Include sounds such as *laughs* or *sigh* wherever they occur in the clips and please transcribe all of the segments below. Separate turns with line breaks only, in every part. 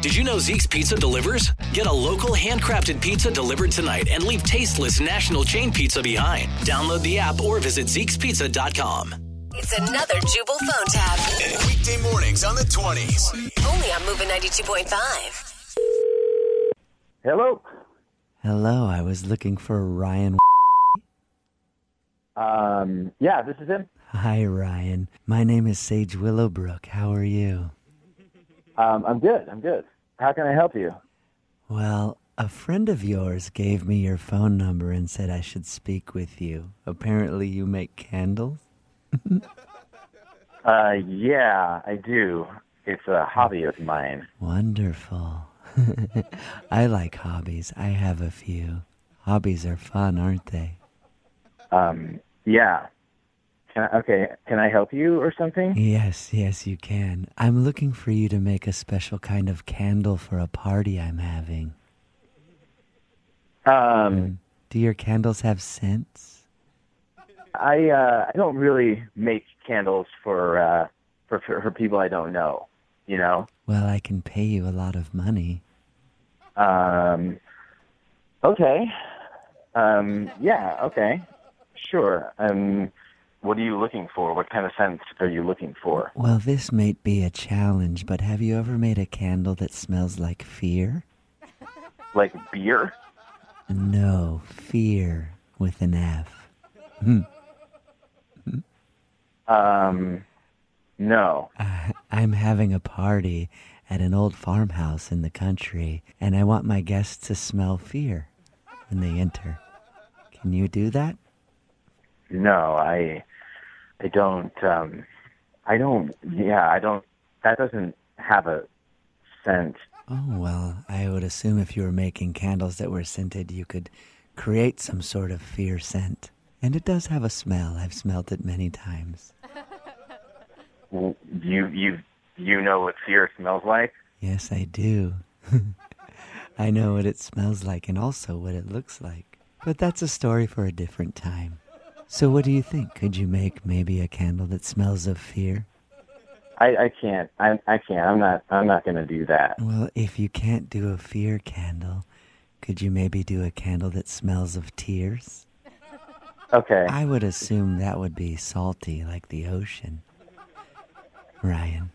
Did you know Zeke's Pizza delivers? Get a local handcrafted pizza delivered tonight and leave tasteless national chain pizza behind. Download the app or visit Zeke'sPizza.com.
It's another Jubal phone tab.
Weekday mornings on the 20s.
Only on Moving 92.5.
Hello.
Hello, I was looking for Ryan.
Um, yeah, this is him.
Hi, Ryan. My name is Sage Willowbrook. How are you?
Um, I'm good. I'm good. How can I help you?
Well, a friend of yours gave me your phone number and said I should speak with you. Apparently, you make candles.
Uh, yeah, I do. It's a hobby of mine.
Wonderful. *laughs* I like hobbies. I have a few. Hobbies are fun, aren't they?
Um, yeah. Can I, okay, can I help you or something?
Yes, yes, you can. I'm looking for you to make a special kind of candle for a party I'm having.
Um,
Do your candles have scents?
I uh, I don't really make candles for uh for, for for people I don't know. You know.
Well, I can pay you a lot of money.
Um, okay. Um, yeah. Okay. Sure. Um, what are you looking for? What kind of scents are you looking for?
Well, this might be a challenge, but have you ever made a candle that smells like fear?
Like beer?
No, fear with an F.
Um, no.
Uh, I'm having a party at an old farmhouse in the country, and I want my guests to smell fear when they enter. Can you do that?
No, I, I don't. Um, I don't. Yeah, I don't. That doesn't have a scent.
Oh, well, I would assume if you were making candles that were scented, you could create some sort of fear scent. And it does have a smell. I've smelled it many times.
You you you know what fear smells like.
Yes, I do. *laughs* I know what it smells like and also what it looks like. But that's a story for a different time. So, what do you think? Could you make maybe a candle that smells of fear?
I, I can't. I I can't. I'm not. I'm not going to do that.
Well, if you can't do a fear candle, could you maybe do a candle that smells of tears?
Okay.
I would assume that would be salty like the ocean. Ryan.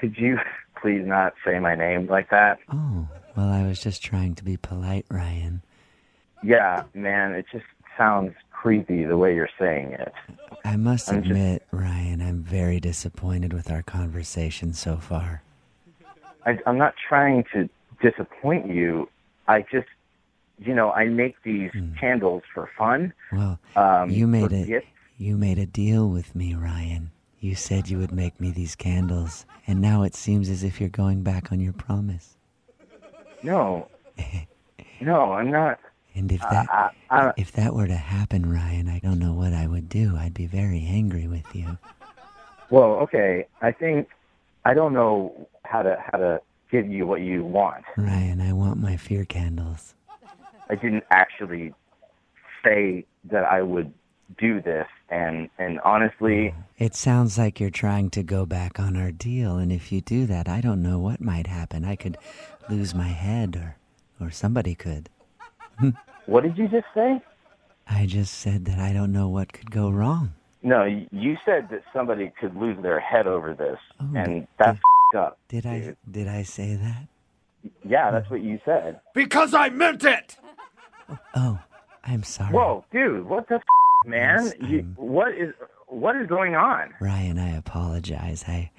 Could you please not say my name like that?
Oh, well, I was just trying to be polite, Ryan.
Yeah, man. It just sounds creepy the way you're saying it.
I must
I'm just-
admit, Ryan, I'm very disappointed with our conversation so far.
I, I'm not trying to disappoint you. I just, you know, I make these candles for fun.
Well,
Um,
you made
for
a
gifts.
you made a deal with me, Ryan. You said you would make me these candles, and now it seems as if you're going back on your promise.
No, no, I'm not.
And if that
Uh, I, I,
if that were to happen, Ryan, I don't know what I would do. I'd be very angry with you.
well, okay. I think I don't know how to how to give you what you want.
Ryan, I want my fear candles.
I didn't actually say that I would do this, and and honestly,
It sounds like you're trying to go back on our deal, and if you do that, I don't know what might happen. I could lose my head or or somebody could.
what did you just say?
I just said that I don't know what could go wrong.
No, y- you said that somebody could lose their head over this,
Oh,
and that's f***ed up.
Did I did I say that?
Yeah, that's what you said.
Because I meant it!
Oh, I'm sorry.
Whoa, dude, what the f- man?
Yes,
You,
um,
what is what is going on?
Ryan, I apologize. I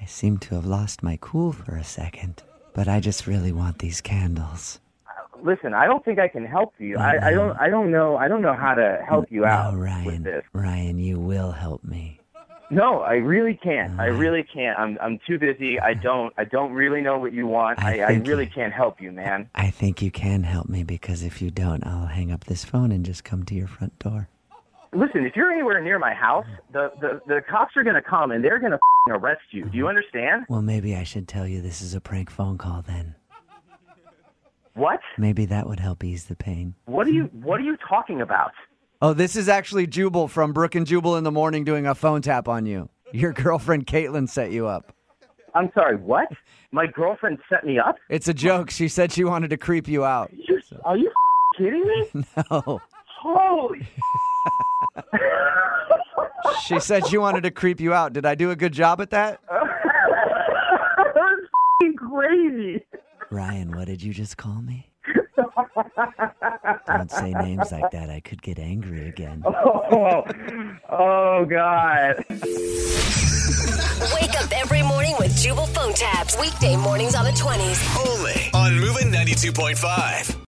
I seem to have lost my cool for a second, but I just really want these candles.
Listen, I don't think I can help you. I, I don't. I don't know. I don't know how to help you out
no,
with
Ryan.
this.
Ryan, you will help me.
No, I really can't. I really can't. I'm I'm too busy. I don't. I don't really know what you want.
I
I, I,
think-
really can't help you, man.
I think you can help me because if you don't, I'll hang up this phone and just come to your front door.
Listen, if you're anywhere near my house, the the, the cops are gonna come and they're gonna f***ing arrest you. Do you understand?
Well, maybe I should tell you this is a prank phone call then.
What?
Maybe that would help ease the pain.
What are you What are you talking about?
Oh, this is actually Jubal from Brook and Jubal in the morning doing a phone tap on you. Your girlfriend Caitlin set you up.
I'm sorry. What? My girlfriend set me up.
It's a joke. She said she wanted to creep you out.
*laughs*
You, are you kidding me?
No.
Oh.
Holy!
She said she wanted to creep you out. Did I do a good job at that?
that was f***ing crazy. *laughs*
Ryan, what did you just call me? Don't say names like that. I could get angry again.
Oh, oh God.
Wake up every morning with Jubal phone tabs. Weekday mornings on the 20s.
Only on Moving 92.5.